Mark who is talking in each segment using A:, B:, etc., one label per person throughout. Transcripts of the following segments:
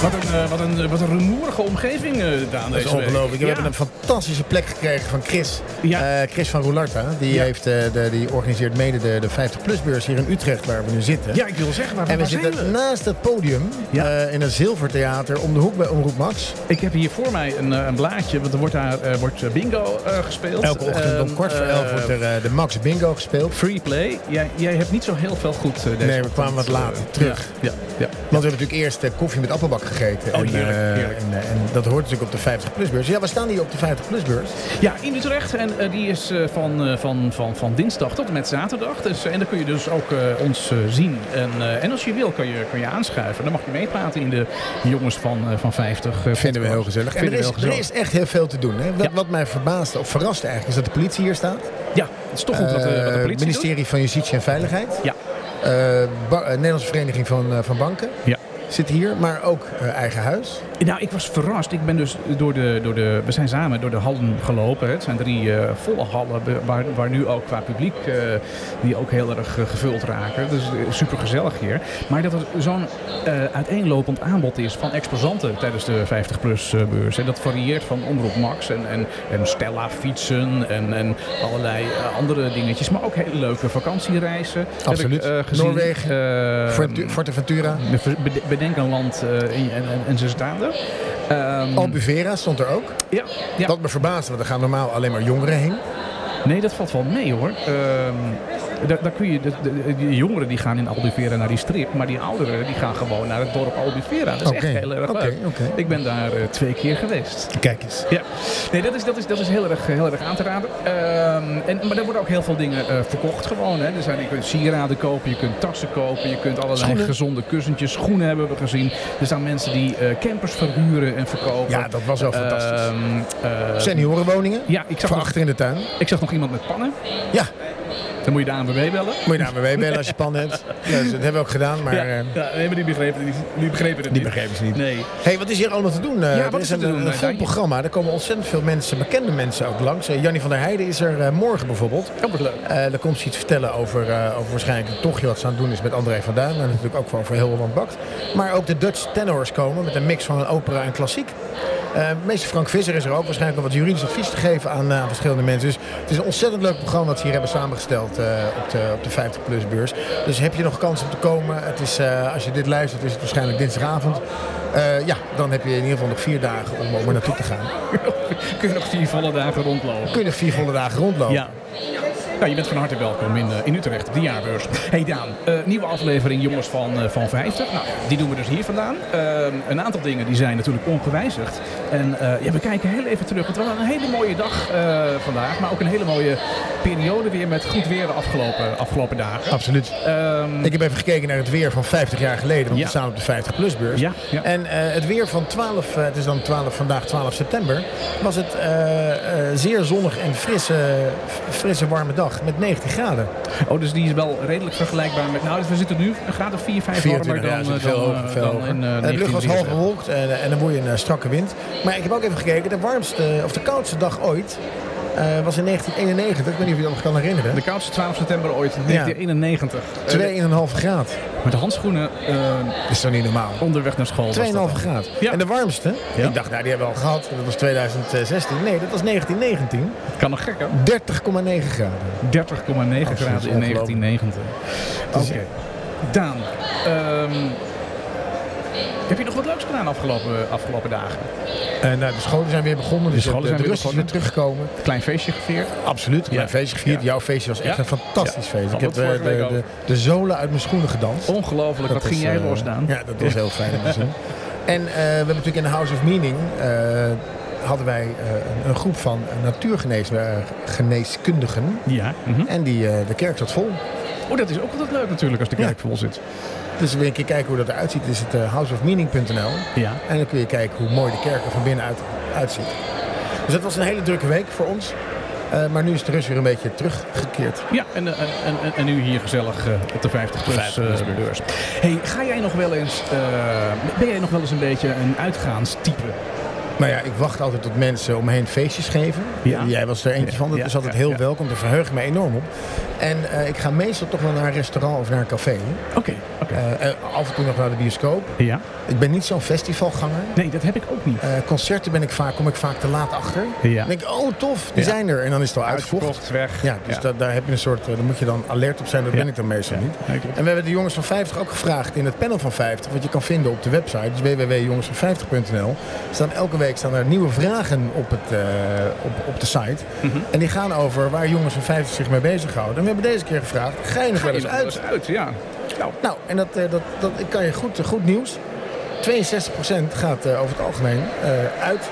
A: Wat een, eh, wat een, wat een rumoerige omgeving, eh Daan,
B: Dat is
A: deze week.
B: ongelooflijk. We
A: Ja.
B: hebben een fantastische plek gekregen van Chris.
A: Ja.
B: Eh, Chris van Roularta. Die,
A: Ja.
B: heeft, eh, de, die organiseert mede de, de 50PLUS-beurs hier in Utrecht, waar we nu zitten.
A: Ja, ik wil zeggen, waar,
B: En we
A: waar zijn
B: zitten
A: we?
B: naast het podium
A: Ja.
B: eh, in het Zilvertheater om de hoek bij Omroep Max.
A: Ik heb hier voor mij een, eh, een blaadje, want er wordt daar eh, wordt eh, bingo eh, gespeeld.
B: Elke ochtend om
A: Ehm,
B: kwart voor
A: eh,
B: elf wordt er eh, de Max Bingo gespeeld.
A: Free play. Jij, jij hebt niet zo heel veel goed eh, deze
B: Nee, we
A: ochtend,
B: kwamen wat
A: eh,
B: later terug.
A: Ja, ja,
B: Want we hebben natuurlijk eerst eh, koffie met appelbak gegeten.
A: Oh,
B: en,
A: heerlijk,
B: eh,
A: heerlijk.
B: En, eh, en dat hoort natuurlijk op de 50PLUS-beurs. Ja, we staan hier op de 50PLUS-beurs.
A: ja. ja, in Utrecht. En eh, die is eh, van, eh, van, van, van dinsdag tot en met zaterdag. Dus, eh, en dan kun je dus ook eh, ons eh, zien. En, eh, en als je wil, kan je, kan je aanschuiven. Dan mag je meepraten in de jongens van, eh, van 50. eh,
B: Vinden we heel
A: podcast.
B: gezellig. En
A: Vinden
B: er
A: we
B: is,
A: heel gezellig.
B: er is echt heel veel te doen. Hè? Wat,
A: Ja.
B: wat mij verbaasde of verraste eigenlijk is dat de politie hier staat.
A: Ja, het is toch goed wat, de- wat de
B: Eh,
A: politie
B: ministerie van Justitie en Veiligheid.
A: doet. Ja,
B: Eh, ba- eh, Nederlandse Vereniging van, eh, van Banken
A: ja.
B: zit hier. Maar ook eh, eigen huis.
A: Nou, ik was verrast. Ik ben dus door de, door de, we zijn samen door de hallen gelopen. hè. Het zijn drie eh, volle hallen be- waar, waar nu ook qua publiek eh, die ook heel erg eh, gevuld raken. Dus super gezellig hier. Maar dat er zo'n eh, uiteenlopend aanbod is van exposanten tijdens de 50-plus eh, beurs. En dat varieert van Omroep Max en, en, en Stella fietsen en, en allerlei eh, andere dingetjes. Maar ook hele leuke vakantiereizen.
B: Absoluut.
A: Heb ik, eh, gezien.
B: Noorwegen.
A: Eh,
B: Fortu- Forteventura.
A: mm. Bede- Bedenk een land eh, en, en, en ze staan er. Ehm,
B: Albuvera stond er ook.
A: ja, ja.
B: Dat me verbaasde, want er gaan normaal alleen maar jongeren heen.
A: Nee, dat valt wel mee hoor. Ehm, daar, daar kun je, de, de- de jongeren die gaan in Albufeira naar die strip, maar die ouderen die gaan gewoon naar het dorp Albufeira. Dat is
B: Oké,
A: echt heel erg
B: oké,
A: leuk.
B: oké.
A: Ik ben daar eh, twee keer geweest.
B: Kijk eens.
A: Ja, nee, dat is, dat is, dat is heel, erg, eh, heel erg aan te raden. Ehm, en, maar er worden ook heel veel dingen eh, verkocht gewoon. Hè. Er zijn, je kunt sieraden kopen, je kunt tassen kopen, je kunt allerlei
B: Schoenen.
A: gezonde kussentjes. Schoenen hebben we gezien. Er zijn mensen die eh, campers verhuren en verkopen.
B: Ja, dat was wel fantastisch.
A: Ehm, eh,
B: Seniorenwoningen.
A: ja, ik zag,
B: Van
A: nog,
B: achter in de tuin.
A: ik zag nog iemand met pannen.
B: Ja,
A: Dan moet je de ANWB bellen.
B: moet je naar me bellen als je pan hebt. Ja, dus dat hebben we ook gedaan, maar... eh,
A: ja, nee, maar die begrepen, die, die begrepen het
B: Die
A: niet.
B: begrepen ze niet.
A: Nee.
B: hey, wat is hier allemaal te doen? Eh,
A: Ja, wat
B: er
A: is
B: is
A: er
B: een,
A: te doen,
B: een
A: eh,
B: vol
A: Danje?
B: programma. Er komen ontzettend veel mensen, bekende mensen ook langs. Eh, Jannie van der Heijden is er eh, morgen bijvoorbeeld.
A: Dat wordt leuk.
B: Eh, daar komt ze iets vertellen over, eh, over waarschijnlijk een tochtje wat ze aan het doen is met André van Duin. En natuurlijk ook gewoon voor heel Holland Bakt. Maar ook de Dutch tenors komen met een mix van opera en klassiek. Eh, meester Frank Visser is er ook waarschijnlijk om wat juridisch advies te geven aan, eh, aan verschillende mensen. Dus het is een ontzettend leuk programma dat ze hier hebben samengesteld eh, op de, op de 50PLUS beurs. Dus heb je nog kans om te komen? Het is, eh, als je dit luistert is het waarschijnlijk dinsdagavond. Eh, ja, dan heb je in ieder geval nog vier dagen om, om er naartoe te gaan.
A: Kun je nog vier volle dagen rondlopen.
B: Kun je nog vier volle dagen rondlopen.
A: Ja. Nou, je bent van harte welkom in, eh, in Utrecht op de jaarbeurs. Hey Daan, eh, nieuwe aflevering Jongens van, eh, van 50. Nou, die doen we dus hier vandaan. Ehm, een aantal dingen die zijn natuurlijk ongewijzigd. En eh, ja, we kijken heel even terug. Het was een hele mooie dag eh, vandaag, maar ook een hele mooie periode weer met goed weer de afgelopen, afgelopen dagen.
B: Absoluut.
A: Ehm,
B: Ik heb even gekeken naar het weer van 50 jaar geleden, want
A: Ja.
B: we staan op de 50 plus beurs.
A: Ja, ja.
B: En eh, het weer van 12, eh, het is dan 12, vandaag 12 september, was het eh, eh, zeer zonnig en frisse, frisse warme dag met 19 graden.
A: oh, dus die is wel redelijk vergelijkbaar met... Nou, dus we zitten nu een graad of 4, 5 warmer dan,
B: ja,
A: eh,
B: zit veel
A: dan,
B: hoger,
A: eh,
B: veel
A: dan
B: hoger.
A: in eh,
B: En de lucht was half
A: 1973.
B: bewolkt en, en dan woei een eh, strakke wind. Maar ik heb ook even gekeken, de warmste of de koudste dag ooit eh, was in 1991. Ik weet niet of je dat nog kan herinneren.
A: De koudste 12 september ooit, 1991. Eh,
B: 2,5 graad.
A: Met de handschoenen eh,
B: Dat is toch niet normaal?
A: onderweg naar school. was dat
B: 2,5
A: dan.
B: graad.
A: Ja.
B: En de warmste,
A: Ja.
B: ik dacht, nou, die hebben we al gehad. Dat was 2016. Nee, dat was 1919.
A: Kan nog gekker.
B: 30,9 graden.
A: 30,9 graden in
B: ongelooflijk.
A: 1990. Oké.
B: Dus-
A: eh, Daan, ehm, heb je nog wat leuks gedaan afgelopen, afgelopen dagen?
B: En nou, de scholen zijn weer begonnen. Dus de,
A: scholen
B: de,
A: zijn weer
B: rust is
A: begonnen.
B: weer teruggekomen.
A: Klein feestje gevierd.
B: Absoluut. Mijn
A: Ja.
B: feestje gevierd.
A: Ja.
B: Jouw feestje was echt
A: Ja.
B: een fantastisch
A: Ja.
B: feest. Ik
A: Had
B: heb
A: het
B: eh,
A: vorige
B: de,
A: week
B: de,
A: ook.
B: de, zolen uit mijn schoenen gedanst.
A: Ongelooflijk, wat
B: Dat
A: ging
B: is,
A: jij
B: eh,
A: los, Daan?
B: Ja, dat was heel fijn om te zien. En eh, we hebben natuurlijk in de House of Meaning... eh, hadden wij eh, een, een groep van natuurgeneeskundigen.
A: Ja. mhm.
B: En die, eh, de kerk zat vol.
A: Oh, dat is ook altijd leuk natuurlijk als de
B: Ja.
A: kerk vol zit.
B: Dus wil je een keer kijken hoe dat eruit ziet, is het eh, houseofmeaning.nl.
A: Ja.
B: En dan kun je kijken hoe mooi de kerk er van binnenuit uitziet. Dus dat was een hele drukke week voor ons. Eh, maar nu is de rust weer een beetje teruggekeerd.
A: Ja, en, eh, en, en, en nu hier gezellig eh, op de 50 plus
B: 50 plus
A: beurs. Hey, ga jij nog wel eens, eh, ben jij nog wel eens een beetje een uitgaanstype?
B: Nou ja, ik wacht altijd tot mensen om me heen feestjes geven.
A: Ja.
B: Jij was er eentje
A: Ja,
B: van, dat
A: ja,
B: is altijd
A: ja,
B: heel
A: ja.
B: welkom. Daar verheug ik me enorm op. En eh, ik ga meestal toch wel naar een restaurant of naar een café.
A: Oké, oké.
B: Eh, eh, af en toe nog naar de bioscoop.
A: ja.
B: Ik ben niet zo'n festivalganger.
A: Nee, dat heb ik ook niet.
B: Eh, concerten ben ik vaak, kom ik vaak te laat achter.
A: Ja.
B: Dan denk ik, oh tof, die
A: Ja.
B: zijn er. En dan is het al uitverkocht.
A: weg.
B: Ja, dus da- daar heb je een soort, eh, daar moet je dan alert op zijn. Dat
A: Ja.
B: ben ik dan meestal niet.
A: Nee, klopt.
B: En we hebben de jongens van 50 ook gevraagd in het panel van 50, wat je kan vinden op de website, dus www.jongensvan50.nl. Staan elke week staan er nieuwe vragen op, het, eh, op, op de site. En die gaan over waar jongens van 50 zich mee bezighouden. En we hebben deze keer gevraagd, ga je nog wel eens
A: Ga je nog
B: uit?
A: wel eens uit, ja. Nou,
B: Nou, en dat, eh, dat, dat ik kan je goed, eh, goed nieuws. 62% gaat eh, over het algemeen eh, uit.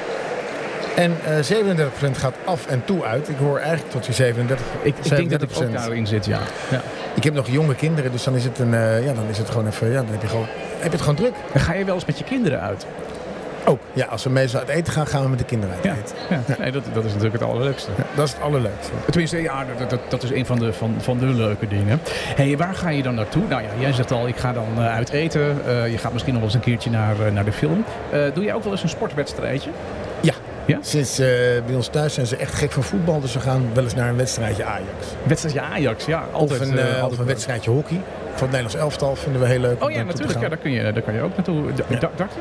B: En eh 37% gaat af en toe uit. Ik hoor eigenlijk tot die 37,
A: ik, ik denk dat ik ook
B: 37%.
A: daarin zit, ja. ja.
B: Ik heb nog jonge kinderen, dus dan is het, een, eh, ja, dan is het gewoon even. Ja, dan heb je, gewoon, heb je het gewoon druk.
A: En ga je wel eens met je kinderen uit?
B: Ook. Ja, als we meestal uit eten gaan, gaan we met de kinderen uit
A: Oh. Ja.
B: eten.
A: ja. Nee, dat, dat is natuurlijk het allerleukste.
B: Dat is het allerleukste.
A: Tenminste, ja, dat, dat, dat is een van de, van, van de leuke dingen. hey, waar ga je dan naartoe? Nou ja, jij zegt al, ik ga dan eh, uit eten. Eh, je gaat misschien nog wel eens een keertje naar, eh, naar de film. Eh, doe jij ook wel eens een sportwedstrijdje?
B: Ja.
A: Ja?
B: Sinds eh, bij ons thuis zijn ze echt gek van voetbal, dus we gaan wel eens naar een wedstrijdje Ajax.
A: Wedstrijdje Ajax, ja.
B: Of
A: Altijd,
B: een,
A: eh,
B: eh,
A: altijd
B: of een
A: leuk.
B: wedstrijdje hockey. Van het Nederlands elftal vinden we heel leuk. om
A: Oh ja,
B: naartoe te
A: natuurlijk. Ja,
B: gaan.
A: daar, kun je, daar kan je ook naartoe. D- da- Darten?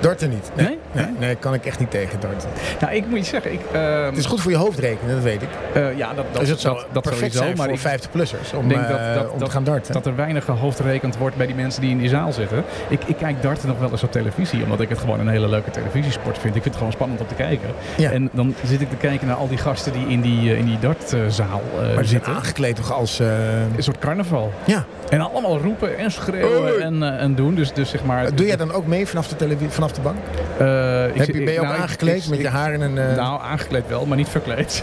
B: Darten niet. Nee.
A: Nee?
B: Nee? Nee, kan ik echt niet tegen darten.
A: Nou, ik moet je zeggen, ik... ehm,
B: Het is goed voor je hoofdrekenen, dat weet ik.
A: eh, ja, dat, dat,
B: dus het zou
A: dat, dat
B: perfect
A: sowieso,
B: zijn
A: maar
B: voor
A: ik
B: 50-plussers om,
A: denk dat-
B: eh,
A: dat-
B: om
A: dat-
B: te gaan darten.
A: dat er weinig hoofdrekend wordt bij die mensen die in die zaal zitten. Ik, ik kijk darten nog wel eens op televisie, omdat ik het gewoon een hele leuke televisiesport vind. Ik vind het gewoon spannend om te kijken.
B: Ja.
A: En dan zit ik te kijken naar al die gasten die in die, eh, in die dartzaal eh,
B: maar ze zijn
A: zitten.
B: aangekleed toch als... eh,
A: Een soort carnaval.
B: ja.
A: En allemaal roepen en schreeuwen
B: Hoi.
A: en, eh, en doen. Dus, dus zeg maar...
B: Doe jij dan ook mee vanaf de, televi- vanaf de bank?
A: Eh, ik
B: Heb
A: zit-
B: je,
A: ik-
B: ben je ook
A: nou, ik-
B: aangekleed
A: ik-
B: met je
A: ik-
B: haar in een... eh,
A: Nou, aangekleed wel, maar niet verkleed.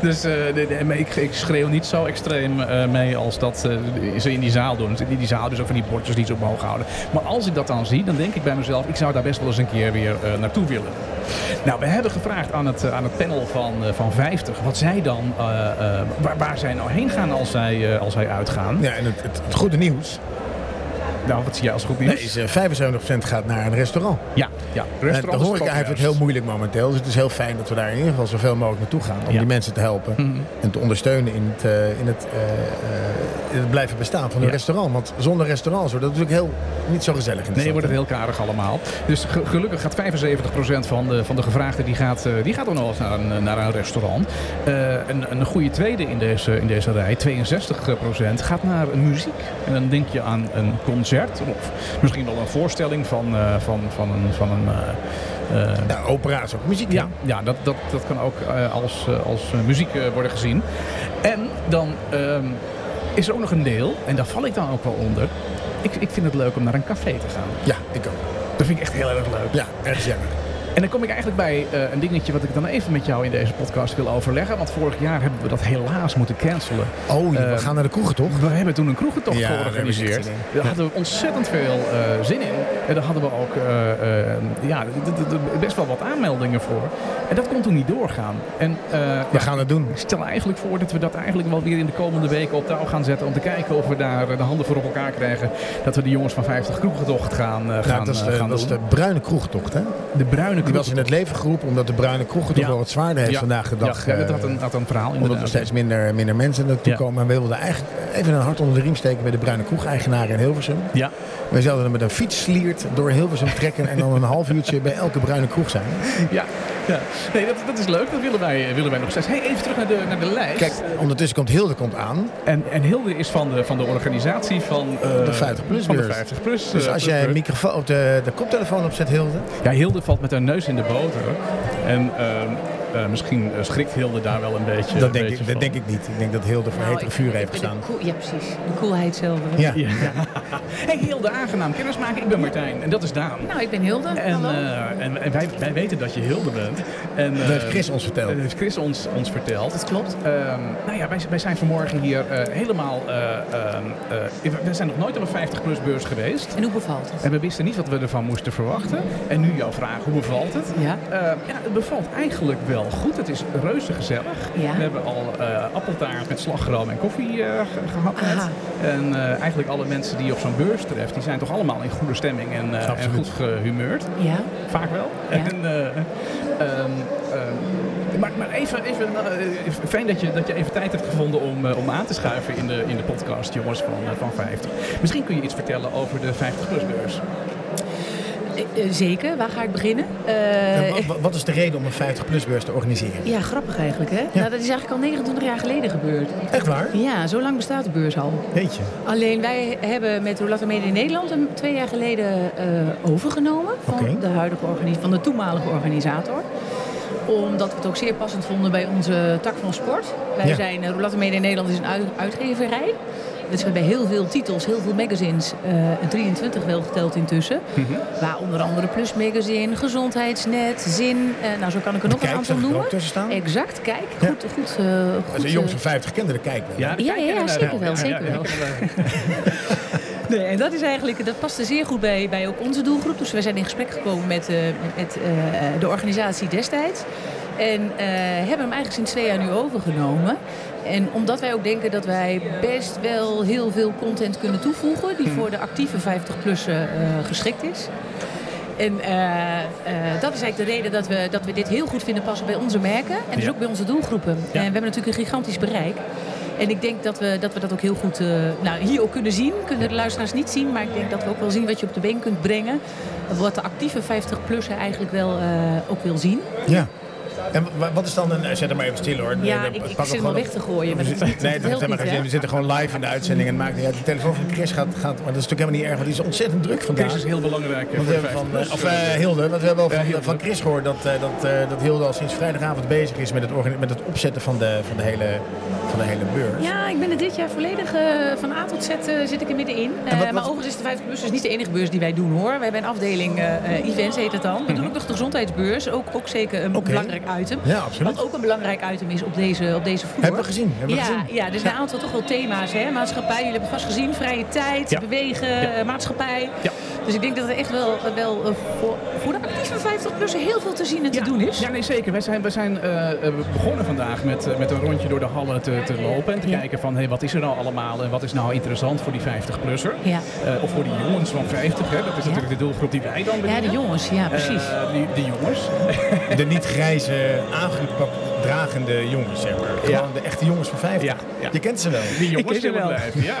A: dus eh, nee, nee, maar ik, ik schreeuw niet zo extreem eh, mee als dat eh, ze in die zaal doen. In die zaal dus ook van die bordjes die ze omhoog houden. Maar als ik dat dan zie, dan denk ik bij mezelf... ik zou daar best wel eens een keer weer eh, naartoe willen. Nou, we hebben gevraagd aan het, eh, aan het panel van, eh, van 50... wat zij dan, eh, eh, waar, waar zij nou heen gaan als zij, eh, als zij uitgaan.
B: Ja, en het, het, het goede nieuws
A: Nou, wat zie jij als goed nieuws?
B: nee, is eh, 75% gaat naar een restaurant.
A: Ja, ja.
B: En de
A: Restaurants is
B: horeca heeft het
A: juist.
B: heel moeilijk momenteel. Dus het is heel fijn dat we daar in ieder geval zoveel mogelijk naartoe gaan. Om
A: Ja. Mhm.
B: die mensen te helpen en te ondersteunen in het, eh, in, het, eh, eh, in het blijven bestaan van een
A: Ja.
B: restaurant. Want zonder restaurants wordt dat natuurlijk heel, niet zo gezellig. In de
A: Nee,
B: stad,
A: wordt
B: hè?
A: het heel karig allemaal. Dus ge- gelukkig gaat 75% van de, van de gevraagden die gaat, eh, die gaat dan nog wel eens naar een, eh, naar een restaurant. Eh, een, een goede tweede in deze, in deze rij, 62% gaat naar muziek. En dan denk je aan een concert of misschien wel een voorstelling van, eh, van, van een. Van een eh, eh,
B: Ja, Nou, opera is ook muziek.
A: ja, ja dat, dat, dat kan ook eh, als, eh, als eh, muziek eh, worden gezien. En dan ehm, is er ook nog een deel, en daar val ik dan ook wel onder. Ik, ik vind het leuk om naar een café te gaan.
B: Ja, ik ook.
A: Dat vind ik echt heel erg leuk.
B: Ja, erg jammer.
A: En dan kom ik eigenlijk bij eh, een dingetje wat ik dan even met jou in deze podcast wil overleggen. Want vorig jaar hebben we dat helaas moeten cancelen.
B: Oh, ja,
A: Eh,
B: we gaan naar de kroegen toch?
A: We hebben toen een kroegentocht
B: Ja, daar heb ik
A: georganiseerd.
B: zin in.
A: Daar hadden we ontzettend veel eh, zin in. En daar hadden we ook eh, eh, ja, d- d- d- best wel wat aanmeldingen voor. En dat kon toen niet doorgaan. En eh,
B: We
A: ja,
B: gaan het doen.
A: ik stel eigenlijk voor dat we dat eigenlijk wel weer in de komende weken op touw gaan zetten. Om te kijken of we daar eh, de handen voor op elkaar krijgen. Dat we de jongens van 50 kroegentocht gaan, eh, gaan,
B: Nou, dat is
A: eh,
B: de,
A: gaan
B: dat is
A: doen.
B: de bruine kroegtocht, hè?
A: de bruine
B: Die was in het leven geroepen omdat de bruine kroegen toch
A: Ja.
B: wel wat zwaarder heeft
A: Ja.
B: vandaag de dag.
A: Ja, ja, dat
B: eh,
A: had een, had een verhaal
B: Omdat
A: inderdaad.
B: er steeds minder, minder mensen naartoe
A: Ja.
B: komen. En we wilden eigenlijk even een hart onder de riem steken bij de Bruine Kroeg-eigenaren in Hilversum.
A: Ja,
B: We zouden dan met een fietssliert door Hilversum trekken en dan een half uurtje bij elke Bruine Kroeg zijn.
A: ja, ja. Nee, dat, dat is leuk. Dat willen wij, eh, willen wij nog steeds. Hey, even terug naar de, naar de lijst.
B: Kijk, ondertussen komt Hilde komt aan.
A: En, en Hilde is van de, van de organisatie van... eh,
B: De 50PLUS
A: Van de
B: beurs.
A: 50 plus. eh,
B: Dus als jij een microfoon op de, de koptelefoon opzet, Hilde.
A: Ja, Hilde valt met haar neus in de boter. En ehm, eh, misschien eh, schrikt Hilde daar wel een beetje
B: Dat denk,
A: een beetje
B: ik, dat
A: van.
B: denk ik niet. Ik denk dat Hilde voor
C: Nou,
B: hetere
C: ik-
B: vuur heeft
C: de
B: gestaan.
C: koel- ja, precies. De koelheid zelf. hè.
B: Ja.
A: Ja. hey, Hilde, aangenaam. Kennismaken, ik ben Martijn. En dat is Daan.
C: Nou, ik ben Hilde.
A: En,
C: Hallo.
A: eh, en, en wij, wij weten dat je Hilde bent. En, eh,
B: Dat heeft Chris ons verteld.
A: Dat heeft Chris ons, ons verteld.
C: Dat klopt.
A: Ehm, nou ja, wij, wij zijn vanmorgen hier eh, helemaal... eh, ehm, eh, we zijn nog nooit op een 50-plus beurs geweest.
C: En hoe bevalt het?
A: En we wisten niet wat we ervan moesten verwachten. En nu jouw vraag, hoe bevalt het?
C: Ja.
A: Eh, ja het bevalt eigenlijk wel. wel goed. Het is reuze gezellig.
C: Ja.
A: We hebben al eh, appeltaart met slagroom en koffie eh, ge- gehad. net.
C: Aha.
A: En eh, eigenlijk alle mensen die je op zo'n beurs treft, die zijn toch allemaal in goede stemming en, eh, en
B: Absoluut.
A: goed gehumeurd.
C: Ja.
A: Vaak wel.
C: Ja.
A: En, eh, ehm, ehm, maar maar even, even eh, fijn dat je, dat je even tijd hebt gevonden om, eh, om aan te schuiven in de, in de podcast, jongens van, eh, van 50. Misschien kun je iets vertellen over de 50-plus-beurs.
C: Eh, eh, zeker, waar ga ik beginnen?
B: En
C: Eh,
B: wa- wa- wat is de reden om een 50-plus-beurs te organiseren?
C: ja, grappig eigenlijk hè. Nou, dat is eigenlijk al 29 jaar geleden gebeurd.
B: Echt waar?
C: Ja, zo lang bestaat de beurs al.
B: Weet je.
C: Alleen wij hebben met Roulette Mede in Nederland hem twee jaar geleden eh, overgenomen van,
B: Oké.
C: de huidige organi- van de toenmalige organisator. Omdat we het ook zeer passend vonden bij onze tak van sport. Wij
B: Ja.
C: zijn, eh, Roulette Mede in Nederland is een uit- uitgeverij. Dus we hebben heel veel titels, heel veel magazines, eh, en 23 wel geteld intussen.
B: Mhm.
C: Waar onder andere Plus Magazine, Gezondheidsnet, Zin, eh, nou zo kan ik er nog
B: Kijk,
C: een aantal
B: zag ik er
C: noemen.
B: ook tussen staan.
C: Exact, kijk.
B: Ja.
C: Goed, goed, eh, goed.
B: Als een
C: eh,
B: jongens van 50 kende de kijk wel.
A: de
C: Ja,
A: kijker
C: ja, ja,
A: inderdaad.
C: zeker wel, zeker wel. Nee, en dat is eigenlijk, dat paste zeer goed bij, bij ook onze doelgroep. Dus we zijn in gesprek gekomen met, eh, met eh, de organisatie destijds. En eh, hebben hem eigenlijk sinds twee jaar nu overgenomen. En omdat wij ook denken dat wij best wel heel veel content kunnen toevoegen...
A: Hmm.
C: die voor de actieve 50-plussen eh, geschikt is. En eh, eh, dat is eigenlijk de reden dat we, dat we dit heel goed vinden passen bij onze merken. En dus
A: Ja.
C: ook bij onze doelgroepen. En we hebben natuurlijk een gigantisch bereik. En ik denk dat we dat, we dat ook heel goed eh, nou, hier ook kunnen zien. Kunnen de luisteraars niet zien. Maar ik denk dat we ook wel zien wat je op de been kunt brengen. Wat de actieve 50-plussen eigenlijk wel eh, ook wil zien.
B: Ja. En wa- wat is dan een... eh, Zet hem maar even stil hoor.
C: Ja,
B: Eh,
C: ik- ik
B: pak
C: zit hem
B: gewoon
C: al
B: op.
C: weg te gooien, maar dat- dat
B: nee, dat
C: helpt
B: helemaal
C: niet,
B: geen zin.
C: hè?
B: We zitten gewoon live in de uitzending en het maakt niet uit. De telefoon van Chris gaat, gaat... Maar dat is natuurlijk helemaal niet erg, want die is ontzettend druk vandaag.
A: Chris is heel belangrijk eh,
B: Want
A: voor
B: we
A: de
B: hebben van,
A: 50-plus.
B: eh, of eh, Hilde, want we hebben al
A: Ja,
B: van,
A: Hilde.
B: van Chris gehoord dat, eh, dat, eh, dat Hilde al sinds vrijdagavond bezig is met het, organi- met het opzetten van de, van, de hele, van de hele beurs.
C: Ja, ik ben er dit jaar volledig eh, van A tot Z eh, zit ik er middenin. Eh,
B: wat- wat-
C: Maar overigens is de 50 beurs dus niet de enige beurs die wij doen hoor. We hebben een afdeling eh, eh, events heet het dan. We doen ook nog de gezondheidsbeurs. Ook, ook zeker een
B: Mhm. Oké.
C: belangrijk item.
B: Ja, absoluut.
C: Wat ook een belangrijk item is op deze, op deze vloer.
B: Hebben we gezien, hebben we
C: ja,
B: gezien.
C: ja, er zijn een aantal toch wel thema's. Hè? Maatschappij, jullie hebben vast gezien. Vrije tijd,
A: Ja.
C: bewegen, eh, maatschappij.
A: Ja.
C: Dus ik denk dat er echt wel, wel eh, voor, voor de actieve 50 plus heel veel te zien en te doen is.
A: Ja, nee, zeker. Wij zijn, wij zijn eh, eh, begonnen vandaag met, eh, met een rondje door de hallen te, te lopen. En te
C: Ja.
A: kijken van, hey, wat is er nou allemaal en wat is nou interessant voor die 50-plusser?
C: Ja.
A: Eh, of voor die jongens van 50, hè? dat is
C: Ja.
A: natuurlijk de doelgroep die wij dan
C: Ja,
A: bedienen.
C: de jongens, ja, precies.
A: Eh, die, die jongens.
B: De niet grijze, aangepakt dragende jongens, zeg maar. Gewoon
A: Ja.
B: de echte jongens van 50.
A: Ja, ja.
B: Je kent ze wel.
A: Die
C: Ik
A: jongens
C: ken ze
A: willen
C: wel.
A: blijven, ja.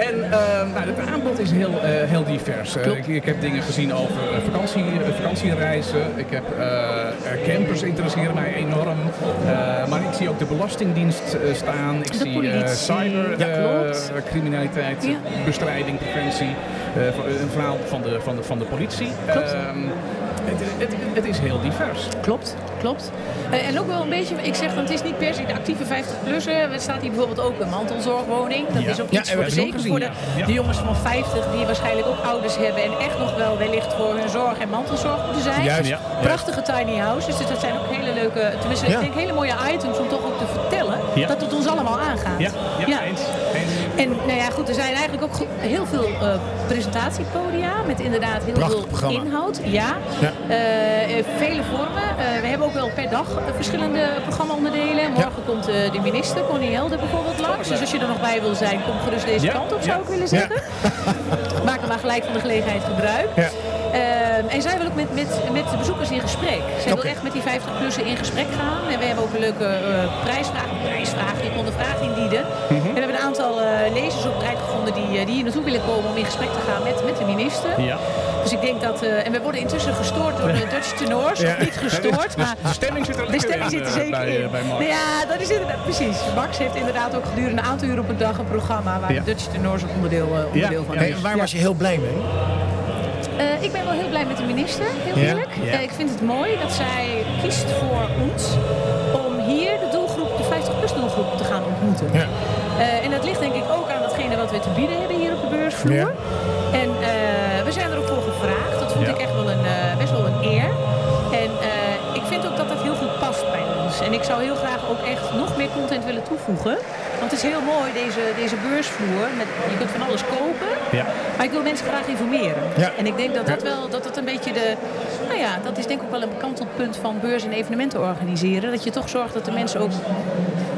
A: En ehm, nou, het aanbod is heel, eh, heel divers. Eh,
C: Klopt.
A: ik, ik heb dingen gezien over eh, vakantie, eh, vakantiereizen. Ik heb eh, eh, campers interesseren mij enorm. Eh, maar ik zie ook de Belastingdienst eh, staan. Ik
C: De
A: zie
C: politie. Ja, klopt.
A: cybercriminaliteit,
C: Ja.
A: bestrijding, preventie. eh, voor- een verhaal van de, van de, van de politie.
C: Klopt.
A: Ehm, het, het, het is heel divers.
C: Klopt, klopt. Eh, en ook wel een beetje, ik zeg dan, het is niet per se de actieve 50-plusser. Er staat hier bijvoorbeeld ook een mantelzorgwoning. Dat
B: Ja.
C: is ook
B: Ja,
C: iets
B: en we
C: voor de, zeker
A: hebben het ook
C: voor de,
A: gezien, ja. Ja.
C: de jongens van 50 die waarschijnlijk ook ouders hebben. En echt nog wel wellicht voor hun zorg en mantelzorg moeten zijn.
B: Juist,
A: ja.
C: Prachtige tiny houses. Dus dat zijn ook hele leuke, tenminste
B: Ja.
C: ik denk hele mooie items om toch ook te vertellen.
A: Ja.
C: Dat het ons allemaal aangaat.
A: Ja, ja, eens. eens.
C: En nou ja, goed, er zijn eigenlijk ook go- heel veel eh, presentatiepodia met inderdaad heel
B: Prachtig
C: veel
B: programma.
C: inhoud. Ja.
B: Ja.
C: Eh, eh, vele vormen. Eh, we hebben ook wel per dag eh, verschillende programmaonderdelen. Morgen komt eh, de minister, Connie Helder bijvoorbeeld, langs. Dus als je er nog bij wil zijn, kom gerust deze
A: Ja,
C: kant op,
A: ja.
C: zou ik willen
B: Ja.
C: zeggen. Maak er maar gelijk van de gelegenheid gebruik.
B: Ja.
C: Eh, en zij wil ook met, met, met de bezoekers in gesprek. Zij
B: Oké.
C: wil echt met die 50-plussen in gesprek gaan. En we hebben ook een leuke eh, prijsvraag. Prijsvraag, je kon de vraag indienen.
A: Mhm.
C: En we hebben een aantal eh, lezers op de rij gevonden die, eh, die hier naartoe willen komen om in gesprek te gaan met, met de minister.
A: Ja.
C: Dus ik denk dat. eh, en we worden intussen gestoord door de Dutch tenors.
B: Ja.
C: Of niet gestoord, maar.
A: De stemming zit er,
C: De
A: lekker
C: stemming zit er
A: eh,
C: zeker
A: bij, eh,
C: in.
A: bij Mark.
C: Nou ja, dat is inderdaad precies. Max heeft inderdaad ook gedurende een aantal uur op een dag een programma waar
A: Ja.
C: de Dutch tenors een onderdeel, eh, onderdeel van
A: ja,
B: Hey,
C: is.
B: waar was je heel blij mee?
C: Eh, ik ben wel heel blij met de minister, heel
B: Ja?
C: eerlijk.
B: Ja.
C: Eh, ik vind het mooi dat zij kiest voor ons om hier de doelgroep, de 50-plus doelgroep, te gaan ontmoeten.
B: Ja.
C: Eh, en dat ligt denk ik ook aan datgene wat we te bieden hebben hier op de beursvloer.
B: Ja.
C: En eh, we zijn er ook voor gevraagd. Dat vond
A: Ja.
C: ik echt wel een, eh, best wel een eer. En eh, ik vind ook dat dat heel goed past bij ons. En ik zou zou heel graag ook echt nog meer content willen toevoegen. Want het is heel mooi, deze, deze beursvloer. Met, je kunt van alles kopen.
A: Ja.
C: Maar ik wil mensen graag informeren.
B: Ja.
C: En ik denk dat dat wel dat dat een beetje de. Nou ja, dat is denk ik ook wel een kantelpunt van beurs en evenementen organiseren. Dat je toch zorgt dat de mensen ook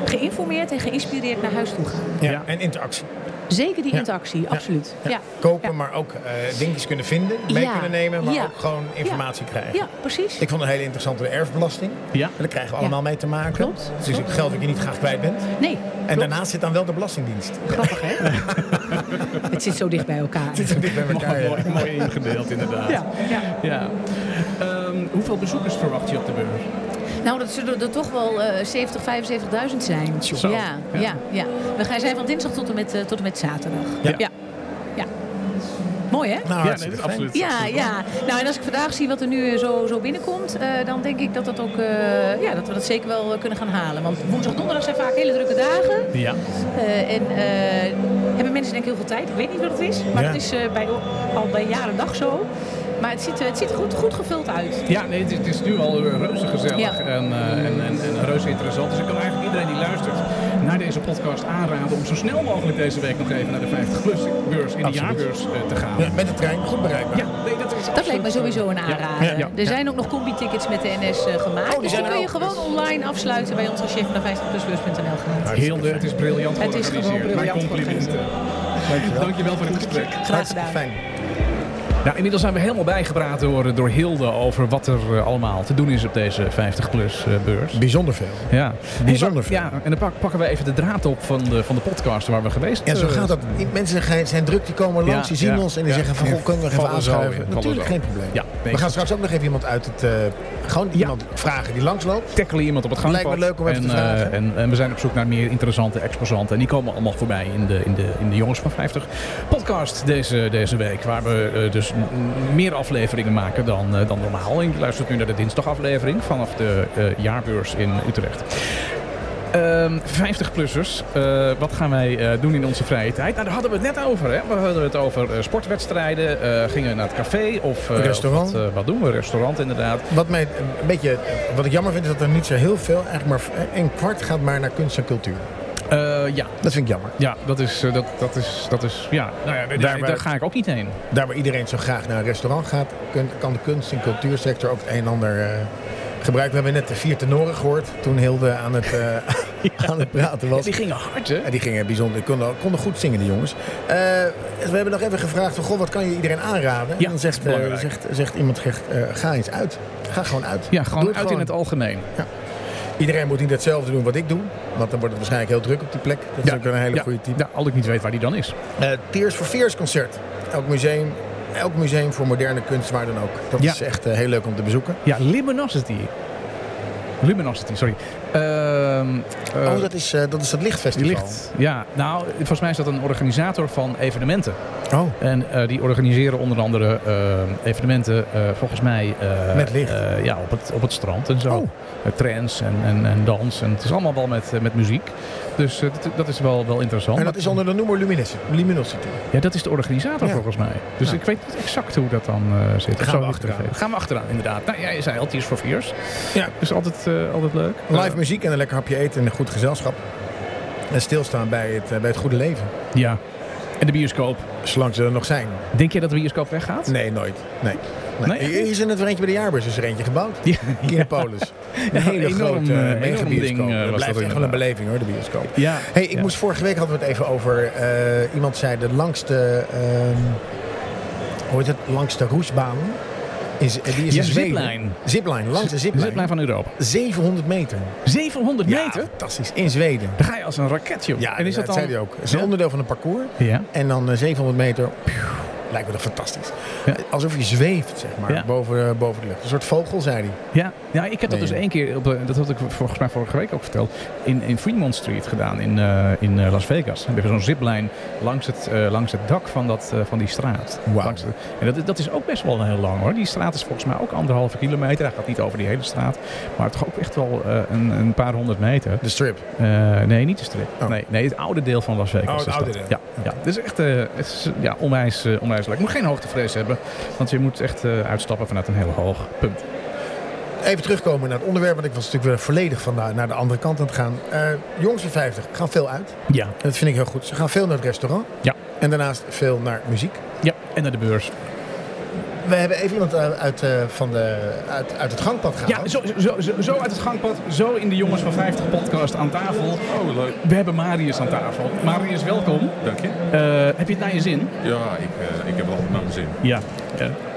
C: geïnformeerd en geïnspireerd naar huis toe gaan.
B: Ja.
A: Ja.
B: En interactie.
C: Zeker die
B: Ja.
C: interactie, absoluut. Ja. Ja.
B: Kopen,
C: Ja.
B: maar ook eh, dingetjes kunnen vinden, mee
C: Ja.
B: kunnen nemen, maar
C: Ja.
B: ook gewoon informatie krijgen.
C: precies.
B: Ik vond het een hele interessante de erfbelasting.
A: Ja.
B: En daar krijgen we allemaal mee te maken.
C: Klopt.
B: Het is ook
C: Klopt.
B: geld dat je niet graag kwijt bent. En
C: Nee. klopt.
B: daarnaast zit dan wel de Belastingdienst.
C: Grappig, hè? het zit zo dicht bij elkaar.
B: Het zit dicht bij elkaar. ja. Nou,
A: Mooi, mooi ingedeeld inderdaad.
C: Ja, ja.
A: Ja. Ehm, hoeveel bezoekers verwacht je op de beurs?
C: Nou, dat zullen er toch wel eh 70, 75.000 zijn.
A: Zo.
C: Ja,
A: Ja.
C: ja, ja. We gaan zijn van dinsdag tot en met, eh, tot en met zaterdag.
A: Ja.
C: ja. Ja. Mooi, hè?
B: Nou,
A: ja, nee,
B: hartstikke
A: dat is
B: fijn.
A: absoluut.
C: Ja, ja. Nou, en als ik vandaag zie wat er nu eh, zo, zo binnenkomt, eh, dan denk ik dat, dat, ook, eh, ja, dat we dat zeker wel eh, kunnen gaan halen. Want woensdag, donderdag zijn vaak hele drukke dagen.
A: Ja.
C: Eh, en eh, hebben mensen denk ik heel veel tijd. Ik weet niet wat het is, maar
B: Ja.
C: het is eh, bij, al bij jaren dag zo. Maar het ziet, eh, het ziet er goed, goed gevuld uit.
A: Ja, nee, het is, het is nu al eh, reuze gezellig
C: Ja.
A: en, eh, en, en, en reuze interessant. Dus ik kan eigenlijk iedereen die luistert naar deze podcast aanraden om zo snel mogelijk deze week nog even naar de 50PLUS beurs in de
B: Absoluut.
A: jaarbeurs eh, te gaan.
B: Ja, met de trein, goed bereikbaar.
A: Ja, nee, dat is
C: Dat
A: absoluut,
C: lijkt me sowieso een
A: eh,
C: aanrader.
A: Ja, ja, ja.
C: Er zijn ook nog combi-tickets met de NS eh, gemaakt.
B: Oh, die
C: dus
B: zijn
C: die
B: er
C: kun je
B: ook.
C: gewoon online afsluiten bij ons als je even naar 50plusbeurs.nl gaat.
A: Heel de, het is briljant
C: Het is gewoon
A: georganiseerd.
C: briljant
A: Mijn complimenten.
B: Dankjewel.
A: Dankjewel voor het gesprek.
C: Graag
B: Hartstikke
C: gedaan.
B: fijn.
A: Nou, inmiddels zijn we helemaal bijgepraat door, door Hilde over wat er eh, allemaal te doen is op deze 50-plus eh, beurs.
B: Bijzonder veel.
A: Ja.
B: Bijzonder veel.
A: Ja, en dan pak- pakken we even de draad op van de, van de podcast waar we geweest
B: Ja, zo
A: eh,
B: gaat dat. Die Mensen zijn- zijn druk, die komen
A: Ja,
B: langs, die zien
A: ja,
B: ons en die
A: ja.
B: zeggen van,
A: Ja,
B: goh, kunnen we nog even
A: vallen zo in,
B: aanschuiven?
A: vallen
B: Natuurlijk,
A: zo.
B: geen probleem.
A: Ja, nee,
B: we gaan straks ook nog even iemand uit het, eh, gewoon iemand vragen die langsloopt.
A: tackelen iemand op het gangpad.
B: Lijkt me leuk om even
A: en,
B: te vragen.
A: eh, en, en we zijn op zoek naar meer interessante exposanten. En die komen allemaal voorbij in de, in de, in de Jongens van 50 podcast deze, deze week. Waar we eh, dus m- m- meer afleveringen maken dan, eh, dan normaal. En je luistert nu naar de dinsdagaflevering vanaf de eh, jaarbeurs in Utrecht. Ehm, 50-plussers, eh, wat gaan wij eh, doen in onze vrije tijd? Nou, daar hadden we het net over. Hè? We hadden het over eh, sportwedstrijden. eh, gingen we naar het café of eh,
B: Restaurant.
A: of Wat, eh, wat doen we? Restaurant inderdaad.
B: Wat, mij een beetje, wat ik jammer vind is dat er niet zo heel veel, eigenlijk maar een kwart gaat maar naar kunst en cultuur.
A: Eh, ja,
B: Dat vind ik jammer.
A: Ja, dat is, eh, dat, dat is, dat is, ja. Nou ja, daar,
B: dus Daar-
A: daar ga ik ook niet heen.
B: Daar waar iedereen zo graag naar een restaurant gaat, kun- kan de kunst- en cultuursector ook het een en ander eh gebruiken. We hebben net de vier tenoren gehoord toen Hilde aan het, eh, aan het praten was.
A: Die gingen hard, hè?
B: Ja, die gingen bijzonder, konden, konden goed zingen, die jongens. Eh, we hebben nog even gevraagd van, goh, wat kan je iedereen aanraden?
A: Ja,
B: en dan zegt,
A: dat is
B: eh,
A: belangrijk.
B: zegt, zegt iemand, zegt, eh, ga eens uit. Ga gewoon uit.
A: Ja,
B: Doe
A: gewoon uit in het algemeen.
B: Iedereen moet niet hetzelfde doen wat ik doe, want dan wordt het waarschijnlijk heel druk op die plek. Dat is ook een hele
A: ja.
B: goede tip.
A: Ja, al ik niet weet waar die dan is.
B: Eh, Tears for Fears concert. Elk museum, elk museum voor moderne kunst, waar dan ook. Dat
A: Ja.
B: is echt eh, heel leuk om te bezoeken.
A: Ja, Luminosity. Luminosity, sorry. Ehm, eh,
B: oh, dat is, eh, dat is het
A: die
B: lichtfestival.
A: ligt. Ja, nou, volgens mij is dat een organisator van evenementen.
B: Oh,
A: En eh, die organiseren onder andere eh, evenementen, eh, volgens mij. eh,
B: Met licht.
A: eh, ja, op het, op het strand en zo.
B: Oh.
A: Eh, trends en, en, en dans. En het is allemaal wel met, eh, met muziek. Dus eh, dat, dat is wel, wel interessant.
B: en dat is onder de noemer Luminis- Luminosity.
A: Ja, dat is de organisator
B: Ja.
A: volgens mij. Dus
B: Ja.
A: ik weet niet exact hoe dat dan eh, zit.
B: Gaan
A: Zo
B: we
A: niet
B: achteraan.
A: gegeven. Gaan we achteraan, inderdaad. Nou, jij zei al, Tears for Fears.
B: Ja.
A: Dus altijd, eh, altijd leuk.
B: Live muziek en een lekker hapje eten en een goed gezelschap. En stilstaan bij het, eh, bij het goede leven.
A: Eh, ja. En de bioscoop.
B: Zolang ze er nog zijn.
A: Denk je dat de bioscoop weggaat?
B: Nee, nooit. Nee. nee.
A: Nee?
B: Hier is er net weer eentje bij de jaarbeurs. Is er eentje gebouwd?
A: Ja.
B: Kinopolis. Een hele
A: enorm,
B: grote
A: eh,
B: mega
A: enorm ding,
B: bioscoop.
A: eh, was
B: dat
A: dat
B: blijft echt wel een
A: inderdaad.
B: beleving hoor, de bioscoop.
A: Ja.
B: Hey, ik
A: Ja.
B: moest vorige week hadden we het even over eh, iemand zei de langste, ehm hoe heet het, langste roesbaan. Is, eh, die is
A: Ja,
B: in Zweden.
A: zipline.
B: Zipline, langste
A: De
B: zipline.
A: ziplijn van Europa.
B: 700 meter.
A: 700 meter?
B: Ja, fantastisch. In Zweden.
A: Dan ga je als een raketje op.
B: Ja,
A: en is
B: dat,
A: dat dan...
B: zei hij ook. Het is een
A: Ja?
B: onderdeel van een parcours.
A: Ja.
B: En dan eh, 700 meter. Pjoe, lijkt me dat fantastisch.
A: Ja.
B: Alsof je zweeft, zeg maar,
A: Ja.
B: boven, eh, boven de lucht. Een soort vogel, zei hij.
A: Ja, ja, ik heb dat
B: Nee.
A: dus één keer, op, eh, dat had ik volgens mij vorige week ook verteld, in, in Fremont Street gedaan in, eh, in eh, Las Vegas. We hebben zo'n ziplijn langs het, eh, langs het dak van, dat, eh, van die straat.
B: Wauw.
A: Langs de- en dat, dat is ook best wel heel lang hoor. Die straat is volgens mij ook anderhalve kilometer. Hij gaat niet over die hele straat, maar toch ook echt wel eh, een, een paar honderd meter.
B: De strip.
A: Eh, nee, niet de strip.
B: Oh.
A: Nee, nee, het oude deel van Las Vegas.
B: Oh, het
A: is
B: oude
A: dat.
B: deel.
A: Ja, ja. Het is echt eh, het is, ja, onwijs, eh, onwijs leuk. Je moet geen hoogtevrees hebben, want je moet echt eh, uitstappen vanuit een heel hoog punt.
B: Eh, Even terugkomen naar het onderwerp, want ik was natuurlijk weer volledig van de- naar de andere kant aan het gaan. Eh jongens van 50 gaan veel uit.
A: Ja.
B: En Dat vind ik heel goed. Ze gaan veel naar het restaurant.
A: Ja.
B: En daarnaast veel naar muziek.
A: ja, en naar de beurs.
B: We hebben even iemand eh, uit, eh, van de, uit, uit het gangpad gehaald.
A: Ja, zo, zo, zo, zo uit het gangpad, zo in de Jongens van 50 podcast aan tafel.
D: Oh, leuk.
A: We hebben Marius aan tafel. Marius, welkom.
D: Dank je.
A: Eh, heb je het naar je zin?
D: Ja, ik, eh, ik heb het altijd naar mijn zin.
A: Ja.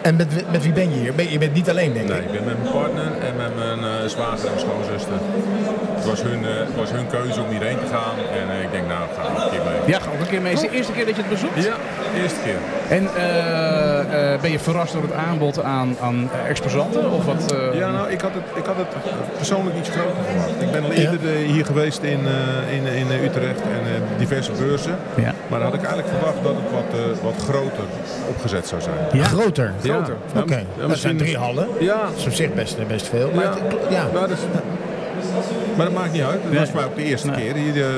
B: En met, wie- met wie ben je hier? Ben, je bent niet alleen, denk
D: Nee,
B: ik.
D: ik ben met mijn partner en met mijn eh, zwager en mijn schoonzuster. Het was hun, eh, het was hun keuze om hierheen te gaan. En eh, ik denk, nou, ik ga er een keer mee.
A: Ja, ga ook een keer mee. Is het de eerste keer dat je het bezoekt?
D: Ja, eerste keer.
A: En eh, eh, ben je verrast door het aanbod aan, aan eh, exposanten? Of wat? eh,
D: Ja, nou, ik had het, ik had het persoonlijk iets groter verwacht. Ik ben al eerder eh, hier geweest in, eh, in, in eh, Utrecht en eh, diverse beurzen.
A: Ja.
D: Maar dan had ik eigenlijk verwacht dat het wat, eh, wat groter opgezet zou zijn.
A: Ja.
B: Groter.
D: Ja.
A: Groter.
D: Nou, Ja, dus-
B: Oké, dat zijn drie hallen.
D: Ja,
B: Dat is op zich best, eh, best veel. Maar
D: Ja.
B: het- ja.
D: Nou, dat is- maar dat maakt niet uit. Dat
A: Nee.
D: was voor mij ook de eerste
A: Nee.
D: keer. Hier, eh,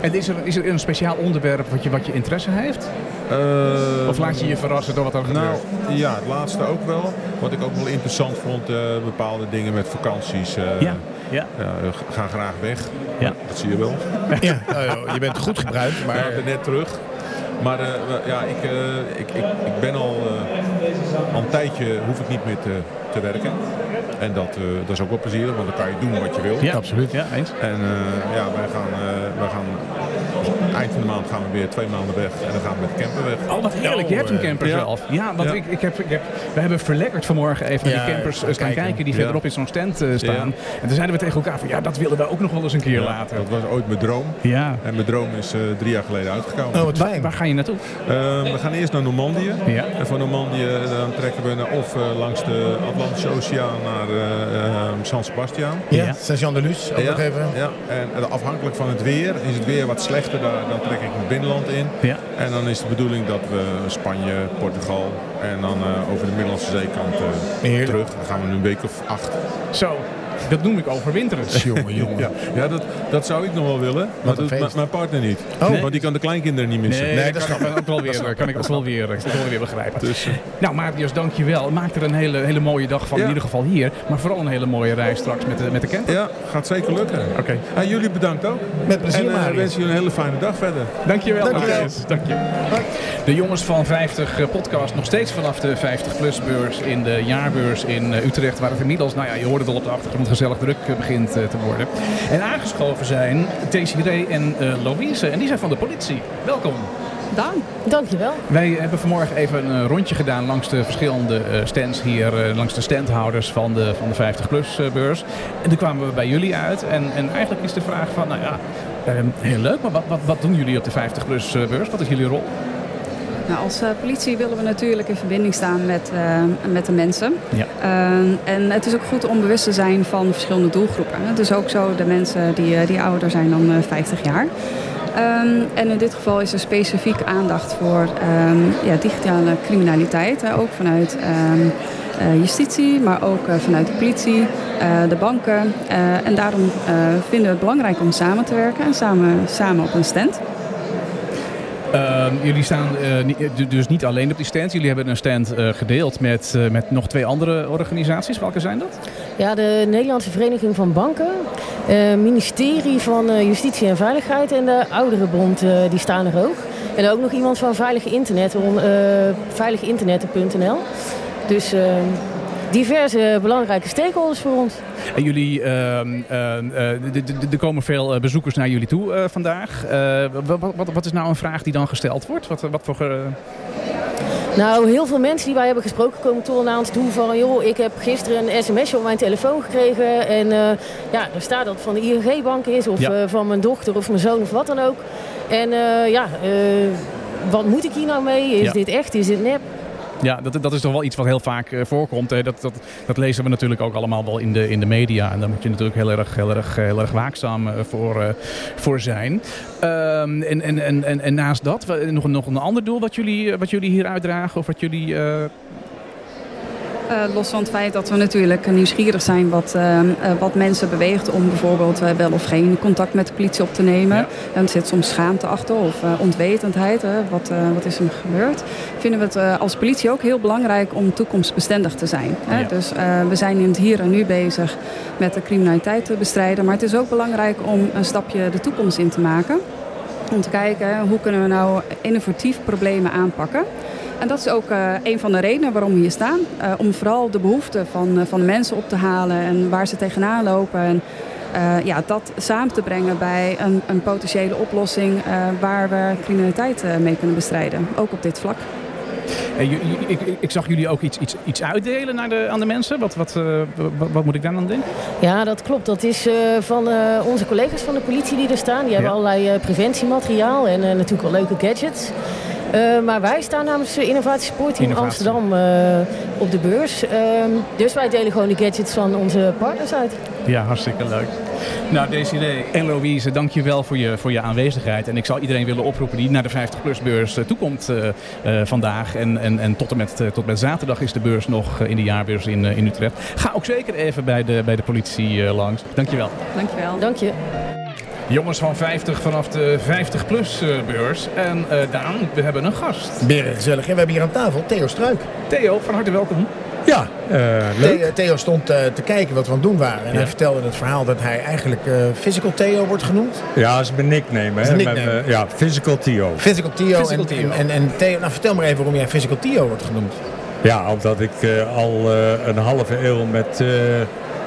A: En is er, is er een speciaal onderwerp wat je, wat je interesse heeft?
D: eh,
A: Of laat je je verrassen door wat er
D: Nou,
A: gebeurt?
D: ja, het laatste ook wel. Wat ik ook wel interessant vond, eh, bepaalde dingen met vakanties. eh,
A: ja.
D: ja, eh, g- ga graag weg.
A: Ja.
D: Dat zie je wel.
B: Ja, nou, je bent goed gebruikt,
D: Maar
B: maar...
D: ik ben net terug. Maar eh, we- ja, ik, eh, ik, ik, ik ben al, eh, al een tijdje, hoef ik niet meer te, te werken. En dat, eh, dat is ook wel plezierig, want dan kan je doen wat je wil.
A: absoluut. Ja, eens.
D: En eh, ja, wij gaan, eh, wij gaan, eind van de maand gaan we weer twee maanden weg. En dan gaan we met de camper weg.
A: Oh, wat heerlijk. Je hebt een camper
D: ja.
A: zelf. Ja, want
D: Ja.
A: Ik, ik heb, ik heb, we hebben verlekkerd vanmorgen even naar
B: Ja,
A: die campers eh,
B: gaan
A: staan kijken.
B: kijken.
A: die
D: Ja.
A: verderop in zo'n stand eh, staan. En toen zeiden we tegen elkaar van, ja, dat willen we ook nog wel eens een keer later.
D: Dat was ooit mijn droom.
A: Ja.
D: En mijn droom is eh, drie jaar geleden uitgekomen.
B: Oh, wat fijn.
A: Waar ga je naartoe?
D: Eh, we gaan eerst naar Normandië.
A: Ja.
D: En van Normandië eh, dan trekken we naar, of eh, langs de Atlantische Oceaan naar eh, eh, San Sebastian.
B: Ja,
A: Ja.
B: Saint-Jean-de-Luz, ook nog even.
D: ja. En, eh, afhankelijk van het weer, is het weer wat slechter daar, dan trek ik het binnenland in.
A: Ja.
D: En dan is de bedoeling dat we Spanje, Portugal en dan eh, over de Middellandse Zeekant eh,
B: Heerlijk.
D: terug. Dan gaan we nu een week of acht.
A: Zo, dat noem ik overwinteren.
B: Jongen, jongen.
D: Ja, ja dat, dat zou ik nog wel willen, maar
B: een
D: dat doet
B: feest.
D: mijn- mijn partner niet.
B: Oh.
D: Want die kan de kleinkinderen niet missen.
A: Nee, dat,
B: dat
A: kan,
B: snap
A: ik ook wel weer, kan ik ook wel weer, kan ik wel weer begrijpen.
D: Dus, eh,
A: Nou, Marius, dankjewel. Maak er een hele, hele mooie dag van,
D: Ja.
A: in ieder geval hier. Maar vooral een hele mooie reis straks met de, met de camper.
D: ja, gaat zeker lukken.
A: Oké,
D: En jullie bedankt ook.
B: Met plezier,
D: en eh,
B: Marius.
D: wensen jullie een hele fijne dag verder.
A: dankjewel.
B: Dankjewel.
A: Marius. Dankjewel. De Jongens van 50 eh, podcast nog steeds vanaf de 50PLUS beurs in de jaarbeurs in eh, Utrecht. Waar het inmiddels, nou ja, je hoort het al op de achtergrond, gezellig druk eh, begint eh, te worden. En aangeschoven zijn Desiree en eh, Louise. En die zijn van de politie. Welkom.
C: Dank.
E: Dankjewel.
A: Wij hebben vanmorgen even een eh, rondje gedaan langs de verschillende eh, stands hier, eh, langs de standhouders van de, van de 50PLUS eh, beurs. En toen kwamen we bij jullie uit en, en eigenlijk is de vraag van, nou ja, eh, heel leuk, maar wat, wat, wat doen jullie op de 50PLUS eh, beurs? Wat is jullie rol?
F: Nou, als eh, politie willen we natuurlijk in verbinding staan met, eh, met de mensen.
A: Ja.
F: Eh, en het is ook goed om bewust te zijn van verschillende doelgroepen. Het is ook zo de mensen die, eh, die ouder zijn dan eh, 50 jaar. Ehm, en in dit geval is er specifiek aandacht voor ehm, ja, digitale criminaliteit. hè, ook vanuit ehm, eh, justitie, maar ook eh, vanuit de politie, eh, de banken. Eh, en daarom eh, vinden we het belangrijk om samen te werken en samen, samen op een stand.
A: Ehm, jullie staan eh, ni- eh, du- dus niet alleen op die stand. Jullie hebben een stand eh, gedeeld met, eh, met nog twee andere organisaties. Welke zijn dat?
E: Ja, de Nederlandse Vereniging van Banken, eh, ministerie van eh, Justitie en Veiligheid en de Ouderenbond, eh, die staan er ook. En ook nog iemand van Veilig Internet, om, eh, veiliginternetten.nl. Dus eh, diverse belangrijke stakeholders voor ons.
A: En jullie, ehm, ehm, eh, d- d- d- er komen veel eh, bezoekers naar jullie toe eh, vandaag. Eh, wa- wa- wat, wat is nou een vraag die dan gesteld wordt? Wat, wat voor, eh, ge-
E: Nou, heel veel mensen die wij hebben gesproken komen toch naar ons toe van... joh, ik heb gisteren een sms'je op mijn telefoon gekregen... en eh, ja, daar staat dat het van de ING-bank is of
A: Ja.
E: eh, van mijn dochter of mijn zoon of wat dan ook. En eh, ja, eh, wat moet ik hier nou mee? Is
A: Ja.
E: dit echt? Is dit nep?
A: Ja, dat, dat is toch wel iets wat heel vaak eh, voorkomt. Hè? Dat, dat, dat lezen we natuurlijk ook allemaal wel in de, in de media. En daar moet je natuurlijk heel erg, heel erg, heel erg waakzaam eh, voor, eh, voor zijn. Ehm, en, en, en, en, en naast dat, wa- nog, een- nog een ander doel wat jullie, eh, wat jullie hier uitdragen? Of wat jullie... eh,
F: Eh, los van het feit dat we natuurlijk nieuwsgierig zijn wat, eh, eh, wat mensen beweegt om bijvoorbeeld eh, wel of geen contact met de politie op te nemen.
A: Ja.
F: En er zit soms schaamte achter of eh, ontwetendheid. Hè. Wat, eh, wat is er gebeurd? Vinden we het eh, als politie ook heel belangrijk om toekomstbestendig te zijn. Hè.
A: Ja.
F: Dus eh, we zijn in het hier en nu bezig met de criminaliteit te bestrijden. Maar het is ook belangrijk om een stapje de toekomst in te maken. Om te kijken hè, hoe kunnen we nou innovatief problemen aanpakken. En dat is ook eh, een van de redenen waarom we hier staan. Eh, om vooral de behoeften van, eh, van de mensen op te halen en waar ze tegenaan lopen. En eh, ja, dat samen te brengen bij een, een potentiële oplossing eh, waar we criminaliteit eh, mee kunnen bestrijden. Ook op dit vlak.
A: Hey, ju- ju- ik, ik- ik zag jullie ook iets, iets, iets uitdelen naar de, aan de mensen. Wat, wat, eh, wat, wat moet ik daar aan denken?
E: Ja, dat klopt. Dat is eh, van eh, onze collega's van de politie die er staan. Die hebben
A: Ja.
E: allerlei eh, preventiemateriaal en eh, natuurlijk wel leuke gadgets. Eh, maar wij staan namens de Innovatiesport in
A: Innovatie.
E: Amsterdam eh, op de beurs. Ehm, dus wij delen gewoon de gadgets van onze partners uit.
A: Ja, hartstikke leuk. Nou, Desiree en Louise, dankjewel voor je, voor je aanwezigheid. En ik zou iedereen willen oproepen die naar de 50PLUS-beurs toekomt eh, eh, vandaag. En, en, en tot, en met, eh, tot en met zaterdag is de beurs nog eh, in de jaarbeurs in, eh, in Utrecht. Ga ook zeker even bij de, bij de politie eh, langs. Dankjewel.
F: Dankjewel.
E: Dank je.
A: Jongens van 50 vanaf de 50PLUS-beurs. En eh, Daan, we hebben een gast.
B: Beren gezellig. En we hebben hier aan tafel Theo Struik.
A: Theo, van harte welkom.
G: Ja, eh, leuk.
B: Theo, Theo stond eh, te kijken wat we aan het doen waren. En hij vertelde het verhaal dat hij eigenlijk eh, Physical Theo wordt genoemd.
G: Ja, dat is mijn nickname.
B: is
G: Hè.
B: een
G: Mijn,
B: nickname.
G: eh, ja, Physical Theo.
B: Physical Theo,
A: Physical
B: en,
A: Theo.
B: En, en Theo. Nou, vertel maar even waarom jij Physical Theo wordt genoemd.
G: Ja, omdat ik eh, al eh, een halve eeuw met, eh,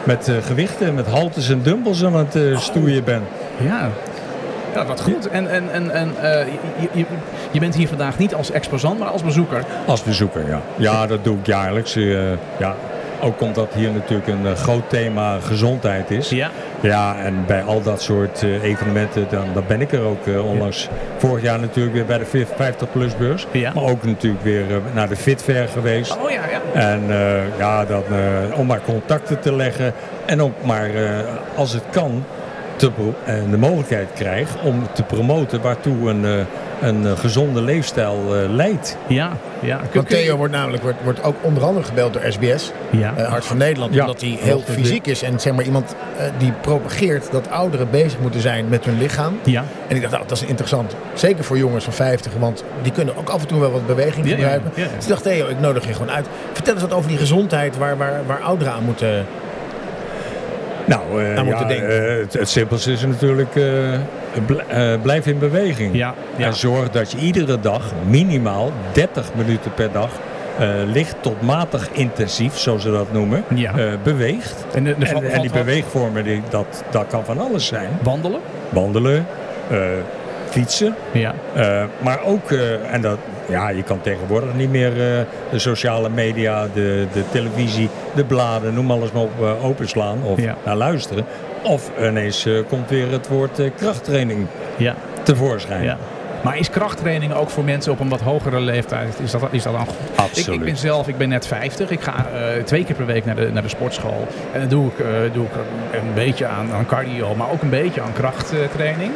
G: met eh, gewichten, met haltes en dumbbells aan het eh, stoeien ben.
A: Ja. Ja, wat goed. En, en, en, en eh, je, je, je bent hier vandaag niet als exposant, maar als bezoeker.
G: Als bezoeker, ja. Ja, dat doe ik jaarlijks. eh, ja. Ook omdat hier natuurlijk een eh, groot thema gezondheid is. Ja, en bij al dat soort eh, evenementen, dan, dan ben ik er ook eh, onlangs. Vorig jaar natuurlijk weer bij de 50 plus beurs.
A: Ja.
G: Maar ook natuurlijk weer eh, naar de Fit Fair geweest.
A: Oh ja, ja.
G: En eh, ja, dan, eh, om maar contacten te leggen. En ook maar, eh, als het kan, te pro- en de mogelijkheid krijg om te promoten waartoe een, eh, een eh, gezonde leefstijl eh, leidt.
A: Ja, ja. Kun-
B: Want
A: kun je-
B: Theo wordt namelijk wordt, wordt ook onder andere gebeld door SBS,
A: Ja.
B: eh, Hart van Nederland,
G: Ja.
B: omdat hij heel
G: Hoogte-
B: fysiek is. En zeg maar iemand eh, die propageert dat ouderen bezig moeten zijn met hun lichaam.
A: ja.
B: En ik dacht, nou, dat is interessant. Zeker voor jongens van 50, want die kunnen ook af en toe wel wat beweging
A: Ja, ja,
B: gebruiken.
A: ja, ja.
B: Dus ik dacht, Theo, ik nodig je gewoon uit. Vertel eens wat over die gezondheid waar, waar, waar ouderen aan moeten.
G: Nou, eh,
B: Aan
G: ja,
B: moeten denken.
G: eh, het, het simpelste is natuurlijk, eh, bl- eh, blijf in beweging.
A: Ja, ja.
G: En zorg dat je iedere dag minimaal 30 minuten per dag eh, licht tot matig intensief, zoals ze dat noemen,
A: Ja.
G: eh, beweegt.
A: En, de, de
G: En,
A: vat-
G: en die
A: vat-
G: beweegvormen, die, dat, dat kan van alles zijn.
A: Wandelen.
G: wandelen, eh, fietsen.
A: Ja.
G: eh, maar ook, eh, en dat, ja, je kan tegenwoordig niet meer eh, de sociale media, de, de televisie, de bladen, noem alles maar op, eh, openslaan of
A: Ja.
G: naar luisteren. Of ineens eh, komt weer het woord eh, krachttraining
A: Ja.
G: tevoorschijn.
A: ja. Maar is krachttraining ook voor mensen op een wat hogere leeftijd, is dat, is dat dan goed? Ik,
G: Absoluut.
A: ik ben zelf, ik ben net 50. Ik ga eh, twee keer per week naar de, naar de sportschool. En dan doe ik, eh, doe ik een, een beetje aan, aan cardio, maar ook een beetje aan krachttraining.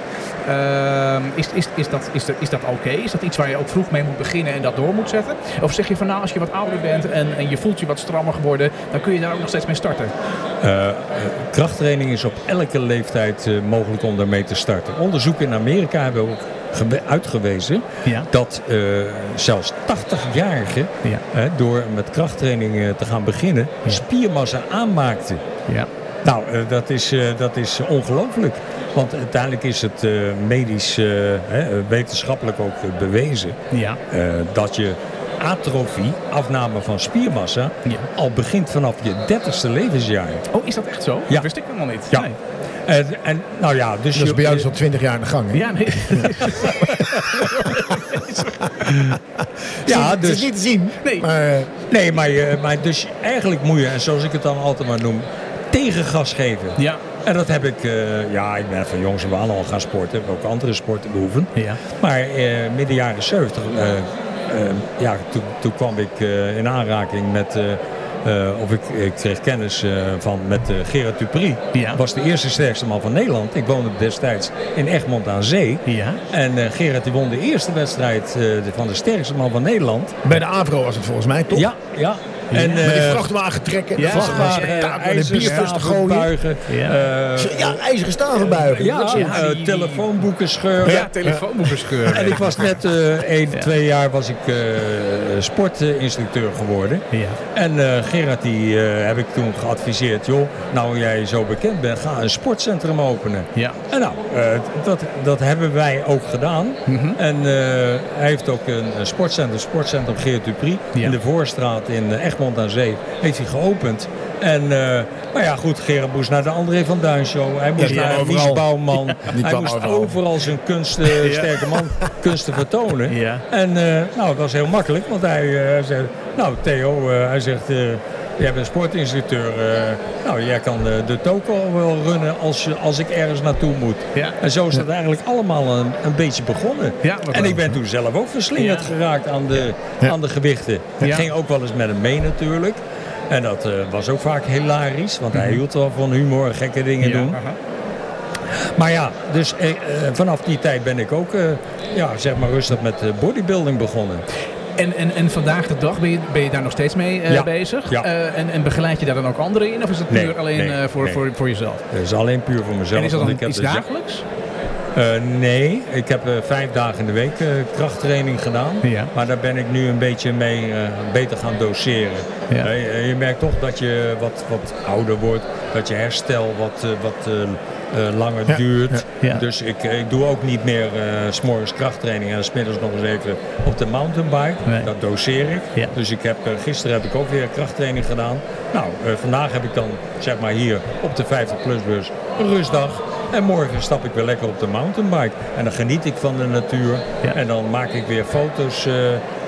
A: Ehm, is, is, is dat, is dat, is dat oké? Is dat iets waar je ook vroeg mee moet beginnen en dat door moet zetten? Of zeg je van nou, als je wat ouder bent en, en je voelt je wat strammer geworden, dan kun je daar ook nog steeds mee starten?
G: Eh, eh, krachttraining is op elke leeftijd eh, mogelijk om daarmee te starten. Onderzoeken in Amerika hebben ook gewe- uitgewezen
A: Ja.
G: dat eh, zelfs 80-jarigen
A: Ja.
G: eh, door met krachttraining eh, te gaan beginnen spiermassa aanmaakten.
A: Ja.
G: Nou, eh, dat is, eh, dat is ongelooflijk. Want uiteindelijk is het eh, medisch, eh, hè, wetenschappelijk ook eh, bewezen
A: Ja.
G: eh, dat je atrofie, afname van spiermassa,
A: Ja.
G: al begint vanaf je 30ste levensjaar.
A: Oh, is dat echt zo?
G: Ja.
A: Dat wist ik helemaal niet.
G: Ja.
A: Nee.
G: En, en nou ja, dus
B: Dat is
G: je-
B: bij jou dus al 20 jaar aan de gang. Hè?
A: Ja, nee.
G: ja,
B: Het is
G: dus,
B: niet te zien.
A: Nee.
B: Maar, eh,
G: nee, maar, je, maar dus eigenlijk moet je, en zoals ik het dan altijd maar noem, tegengas geven.
A: ja.
G: En dat heb ik, eh, ja, ik ben van jongs af aan al gaan sporten, heb ook andere sporten beoefend.
A: Ja.
G: Maar eh, midden jaren 70, eh, eh, ja, toen, toen kwam ik eh, in aanraking met, eh, eh, of ik, ik kreeg kennis eh, van met eh, Gerard Dupri.
A: Ja.
G: Was de eerste sterkste man van Nederland. Ik woonde destijds in Egmond aan Zee.
A: Ja.
G: En eh, Gerard die won de eerste wedstrijd eh, van de sterkste man van Nederland.
B: bij de Avro was het volgens mij toch?
G: Ja, ja. En,
B: Met die
G: eh,
B: vrachtwagen trekken.
G: ja,
B: de vrachtwagen
G: ja, ja,
B: tapen en de
G: ijzeren
B: bierfus te
G: staven
B: gooien.
G: buigen.
B: Ja.
G: Eh,
B: ja, ijzeren staven buigen.
G: Ja,
B: Dat soort-
G: eh, telefoonboeken scheuren.
A: Ja, telefoonboeken scheuren.
G: En ik was net eh 1, 2 jaar was ik eh, sportinstructeur geworden.
A: Ja.
G: En eh, Gerard die eh, heb ik toen geadviseerd, joh, nou jij zo bekend bent, ga een sportcentrum openen.
A: Ja.
G: En nou, eh, dat, dat hebben wij ook gedaan.
B: Mhm.
G: En eh, hij heeft ook een, een sportcentrum, sportcentrum Geert Dupri,
A: Ja.
G: in de Voorstraat in eh, Egmond aan Zee, heeft hij geopend. En, eh, maar ja goed, Gerard moest naar de André van Duinshow, hij moest
B: die
G: naar
B: kwam
G: Mies
B: overal.
G: Bouwman, hij
B: kwam
G: moest
B: overal.
G: overal zijn kunst, eh, sterke man kunsten vertonen.
A: Ja.
G: En eh, nou, dat was heel makkelijk, want hij eh, zei, nou Theo, eh, hij zegt, eh, jij bent sportinstructeur, eh, nou jij kan eh, de toko wel runnen als, je- als ik ergens naartoe moet.
A: Ja.
G: En zo is dat eigenlijk allemaal een, een beetje begonnen.
A: Ja, wat
G: en
A: wel.
G: ik ben toen zelf ook verslingerd
A: Ja.
G: geraakt aan de, aan de gewichten.
A: Ja.
G: Het ging ook wel eens met hem mee natuurlijk. En dat eh, was ook vaak hilarisch, want hij hield wel van humor en gekke dingen
A: Mhm. Ja,
G: doen.
A: aha.
G: Maar ja, dus eh, eh, vanaf die tijd ben ik ook eh, ja, zeg maar rustig met eh, bodybuilding begonnen.
A: En, en, en vandaag de dag ben je, ben je daar nog steeds mee eh,
G: Ja.
A: bezig?
G: Ja.
A: Eh, en, en begeleid je daar dan ook anderen in? Of is het puur
G: Nee,
A: alleen
G: nee,
A: eh, voor,
G: nee.
A: voor, voor jezelf?
G: Dat is alleen puur voor mezelf.
A: en is dat
G: want ik
A: dan
G: heb
A: iets
G: de za-
A: dagelijks?
G: Eh, nee, ik heb eh, vijf dagen in de week eh, krachttraining gedaan.
A: Ja.
G: Maar daar ben ik nu een beetje mee eh, beter gaan doseren.
A: Ja.
G: Eh, je- je merkt toch dat je wat, wat ouder wordt, dat je herstel wat, eh, wat eh, eh, langer duurt.
A: Ja.
G: Dus ik, ik doe ook niet meer eh, s morgens krachttraining en smiddags nog eens even op de mountainbike.
A: Nee.
G: Dat doseer ik.
A: Ja.
G: Dus ik heb, eh, gisteren heb ik ook weer krachttraining gedaan. Nou, eh, vandaag heb ik dan zeg maar hier op de 50-plusbus een rustdag. En morgen stap ik weer lekker op de mountainbike. En dan geniet ik van de natuur.
A: Ja.
G: En dan maak ik weer foto's. eh,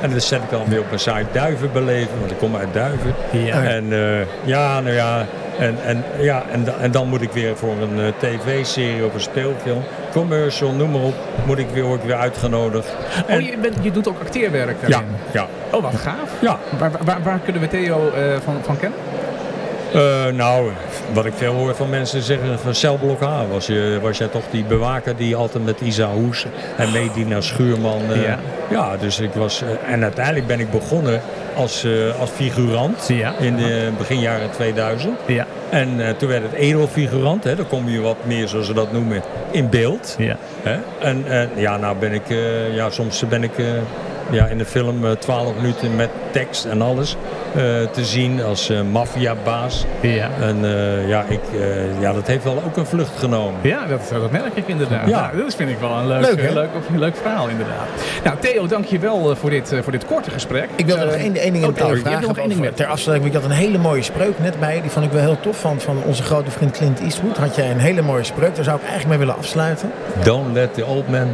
G: en dat zet ik dan weer op mijn site duiven beleven. Want ik kom uit duiven.
A: Ja.
G: En eh, ja, nou ja. En, en, ja en, da- en dan moet ik weer voor een eh, tv-serie of een speelfilm, commercial, noem maar op, moet ik weer, word ik weer uitgenodigd. En,
A: Oh, je, bent, je doet ook acteerwerk
G: ja,
A: daarin?
G: ja.
A: Oh, wat gaaf.
G: Ja,
A: Waar, waar- waar, waar kunnen we Theo eh, van, van kennen?
G: Eh, nou, wat ik veel hoor van mensen zeggen van celblok H was, je, was jij toch die bewaker die altijd met Isa Hoes en Medina Schuurman. eh,
A: Ja.
G: ja, dus ik was. eh, en uiteindelijk ben ik begonnen als, eh, als figurant
A: Ja.
G: in de begin jaren 2000.
A: Ja.
G: En eh, toen werd het edelfigurant, hè, dan kom je wat meer, zoals ze dat noemen, in beeld.
A: Ja.
G: Hè? En eh, ja, nou ben ik, eh, ja, soms ben ik eh, ja, in de film eh, 12 minuten met tekst en alles eh, te zien als eh maffiabaas.
A: Ja.
G: En eh, ja, ik, eh, ja, dat heeft wel ook een vlucht genomen.
A: Ja, dat, dat merk ik inderdaad.
G: Ja.
A: Nou, dat vind ik wel een leuk,
B: Leuk,
A: eh,
B: hè?
A: leuk, of- leuk verhaal inderdaad. Nou, Theo, dank je wel eh, voor dit, eh, voor dit korte gesprek.
B: Ik wilde nog één, één ding in
A: oh,
B: het
A: Theo,
B: Eh, oh,
A: je hebt
B: vragen.
A: nog één ding
B: over-
A: meer.
B: Ter afsluiting, ik had een hele mooie spreuk net bij. Die vond ik wel heel tof. Van, van onze grote vriend Clint Eastwood had jij een hele mooie spreuk. Daar zou ik eigenlijk mee willen afsluiten.
G: Don't let the old man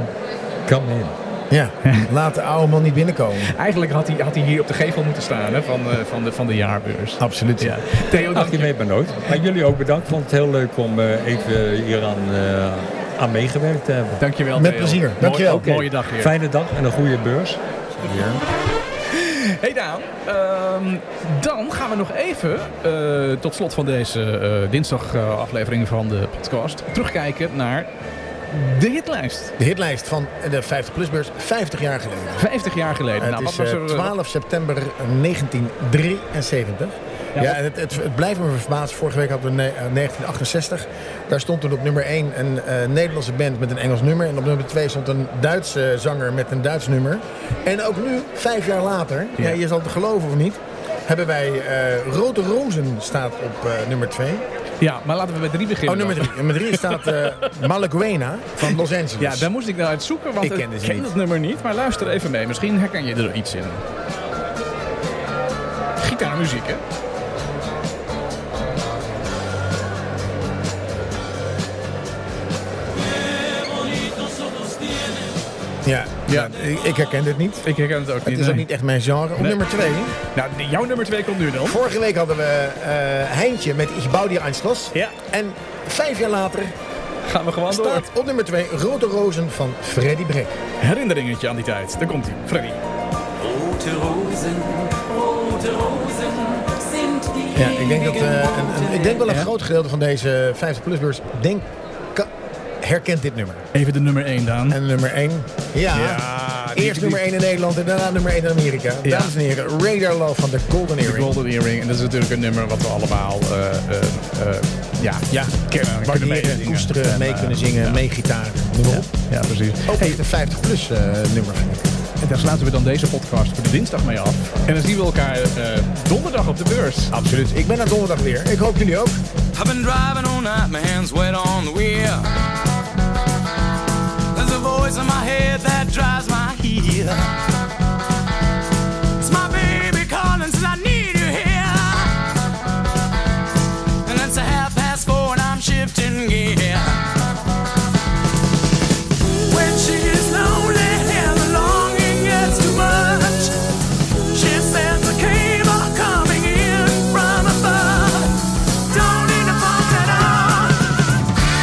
G: come in.
B: Ja, laat de oude man niet binnenkomen.
A: Eigenlijk had hij, had hij hier op de gevel moeten staan hè, van, eh, van, de, van de jaarbeurs.
B: Absoluut.
A: Ja. Theo, dank
G: Ach, je
A: je.
G: weet maar nooit. Maar jullie ook bedankt. Vond het heel leuk om eh, even hieraan eh, aan meegewerkt te hebben.
A: Dank je wel,
B: Met
A: Theo.
B: plezier.
A: Mooi-
B: Dank je wel.
A: ook Mooie dag weer.
G: Fijne dag en een goede beurs.
A: Hey Daan, ehm, dan gaan we nog even eh, tot slot van deze eh, dinsdag eh, aflevering van de podcast terugkijken naar de hitlijst.
B: De hitlijst van de 50PLUS-beurs 50 jaar geleden.
A: 50 jaar geleden.
B: Het
A: nou,
B: is
A: wat was
B: eh,
A: er?
B: 12 september 1973. Ja, en het, het, het blijft me verbazen. Vorige week hadden we ne- eh, 1968. Daar stond toen op nummer 1 een eh, Nederlandse band met een Engels nummer. En op nummer 2 stond een Duitse zanger met een Duits nummer. En ook nu, vijf jaar later, ja. je zal het geloven of niet... hebben wij eh, Rode Rozen staat op eh, nummer 2.
A: Ja, maar laten we bij drie
B: Oh,
A: beginnen.
B: nummer
A: dan.
B: 3. Nummer 3 staat eh Malaguena van Los Angeles.
A: Ja, daar moest ik naar uitzoeken, want
B: Ik
A: ik
B: ken
A: ken,
B: dit niet.
A: het nummer niet. Maar luister even mee, misschien herken je er iets in. Gitaarmuziek, hè?
B: Ja,
A: Ja.
B: ja. ik- ik herken dit niet.
A: Ik herken het ook niet.
B: Het is ook
A: nee.
B: niet echt mijn genre. Op
A: Nee.
B: nummer 2.
A: Nou, jouw nummer twee komt nu dan.
B: Vorige week hadden we eh, Heintje met Ich bouw dir ein Schloss.
A: Ja.
B: En vijf jaar later
A: Gaan we gewoon door.
B: staat op nummer 2 Rode Rozen van Freddy Breck.
A: Herinneringetje aan die tijd. Daar komt hij, Freddy.
H: Rote Rosen, rote Rosen sind die
B: Ja, ik denk, dat, eh,
H: ewigen
B: een, een- ik denk wel een
A: Ja.
B: groot gedeelte van deze 50 plus beurs denk, ka- herkent dit nummer.
A: Even de nummer 1 dan.
B: En nummer 1? Ja.
A: die-
B: Eerst
A: die-
B: nummer 1 in Nederland en daarna nummer 1 in Amerika.
A: Ja.
B: Dames en heren, Radar Love van de Golden
A: De
B: Earring.
A: Golden Earring. En dat is natuurlijk een nummer wat we allemaal eh, eh, eh, ja,
B: Ja,
A: kennen. kunnen
B: waarderen,
A: meezingen.
B: koesteren,
A: En,
B: mee
A: eh,
B: kunnen zingen,
A: ja.
B: mee gitaren. Noem maar op.
A: Ja, precies.
B: Ook
A: Hey,
B: echt een 50 plus eh, nummer. vind ik.
A: en daar sluiten we dan deze podcast voor de dinsdag mee af. En dan zien we elkaar eh, donderdag op de beurs.
B: Absoluut. Ik ben er donderdag weer. Ik hoop jullie ook.
H: I've been driving all night, my hands wet on the wheel. There's a voice in my head that drives my heel. It's my baby calling, says I need you here. And it's a half past four and I'm shifting gear. When she gets lonely and the longing gets too much, she sends a cable coming in from above. Don't need to fault at all.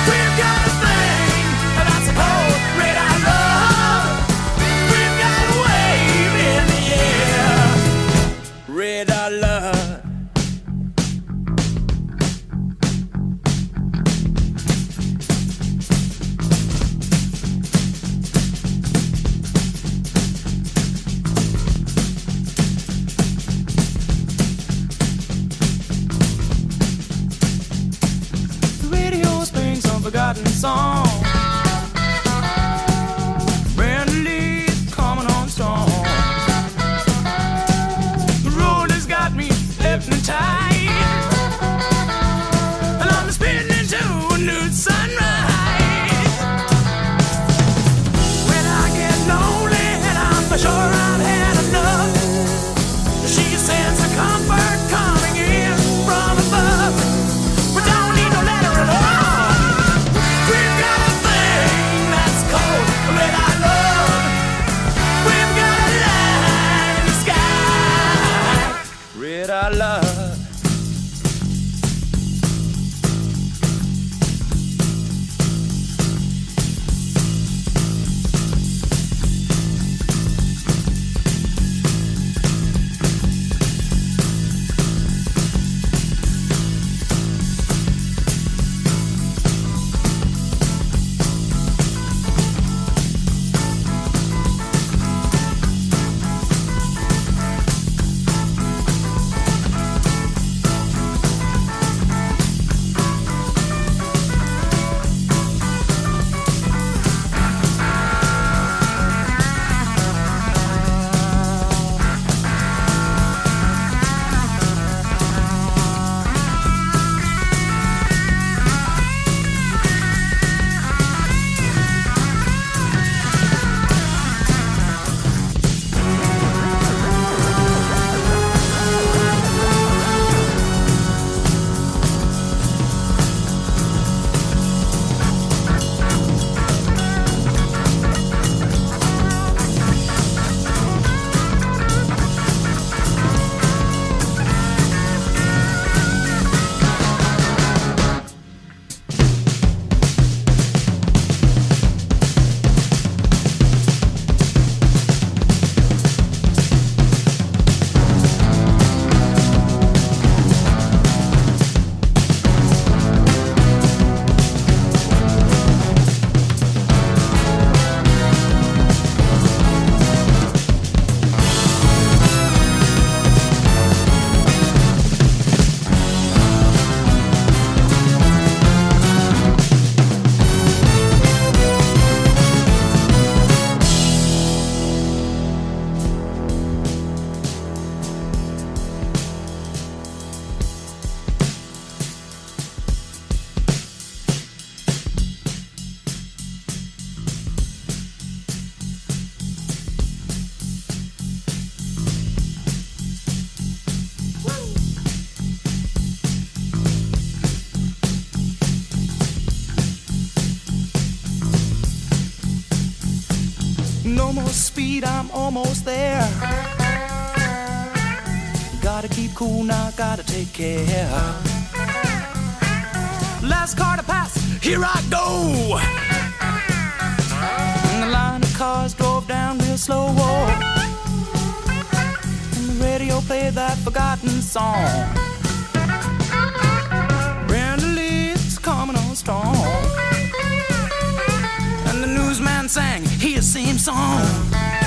H: We've got a thing that I suppose red I love. We've got a wave in the air. Red I love. The radio's playing some forgotten song. Brand leaves coming on strong. The road has got me hypnotized. And I'm spinning into a new sunrise. When I get lonely and I'm for sure I've had enough. She sends a comfort coming in from above. We don't need no letter at all. We've got a thing that's cold red I love. We've got a light in the sky. Red I love. No more speed, I'm almost there. Gotta keep cool now, gotta take care. Last car to pass, here I go. And the line of cars drove down real slow. And the radio played that forgotten song. Brenda Lee's coming on strong.
I: blues man sang his same song.
H: Oh,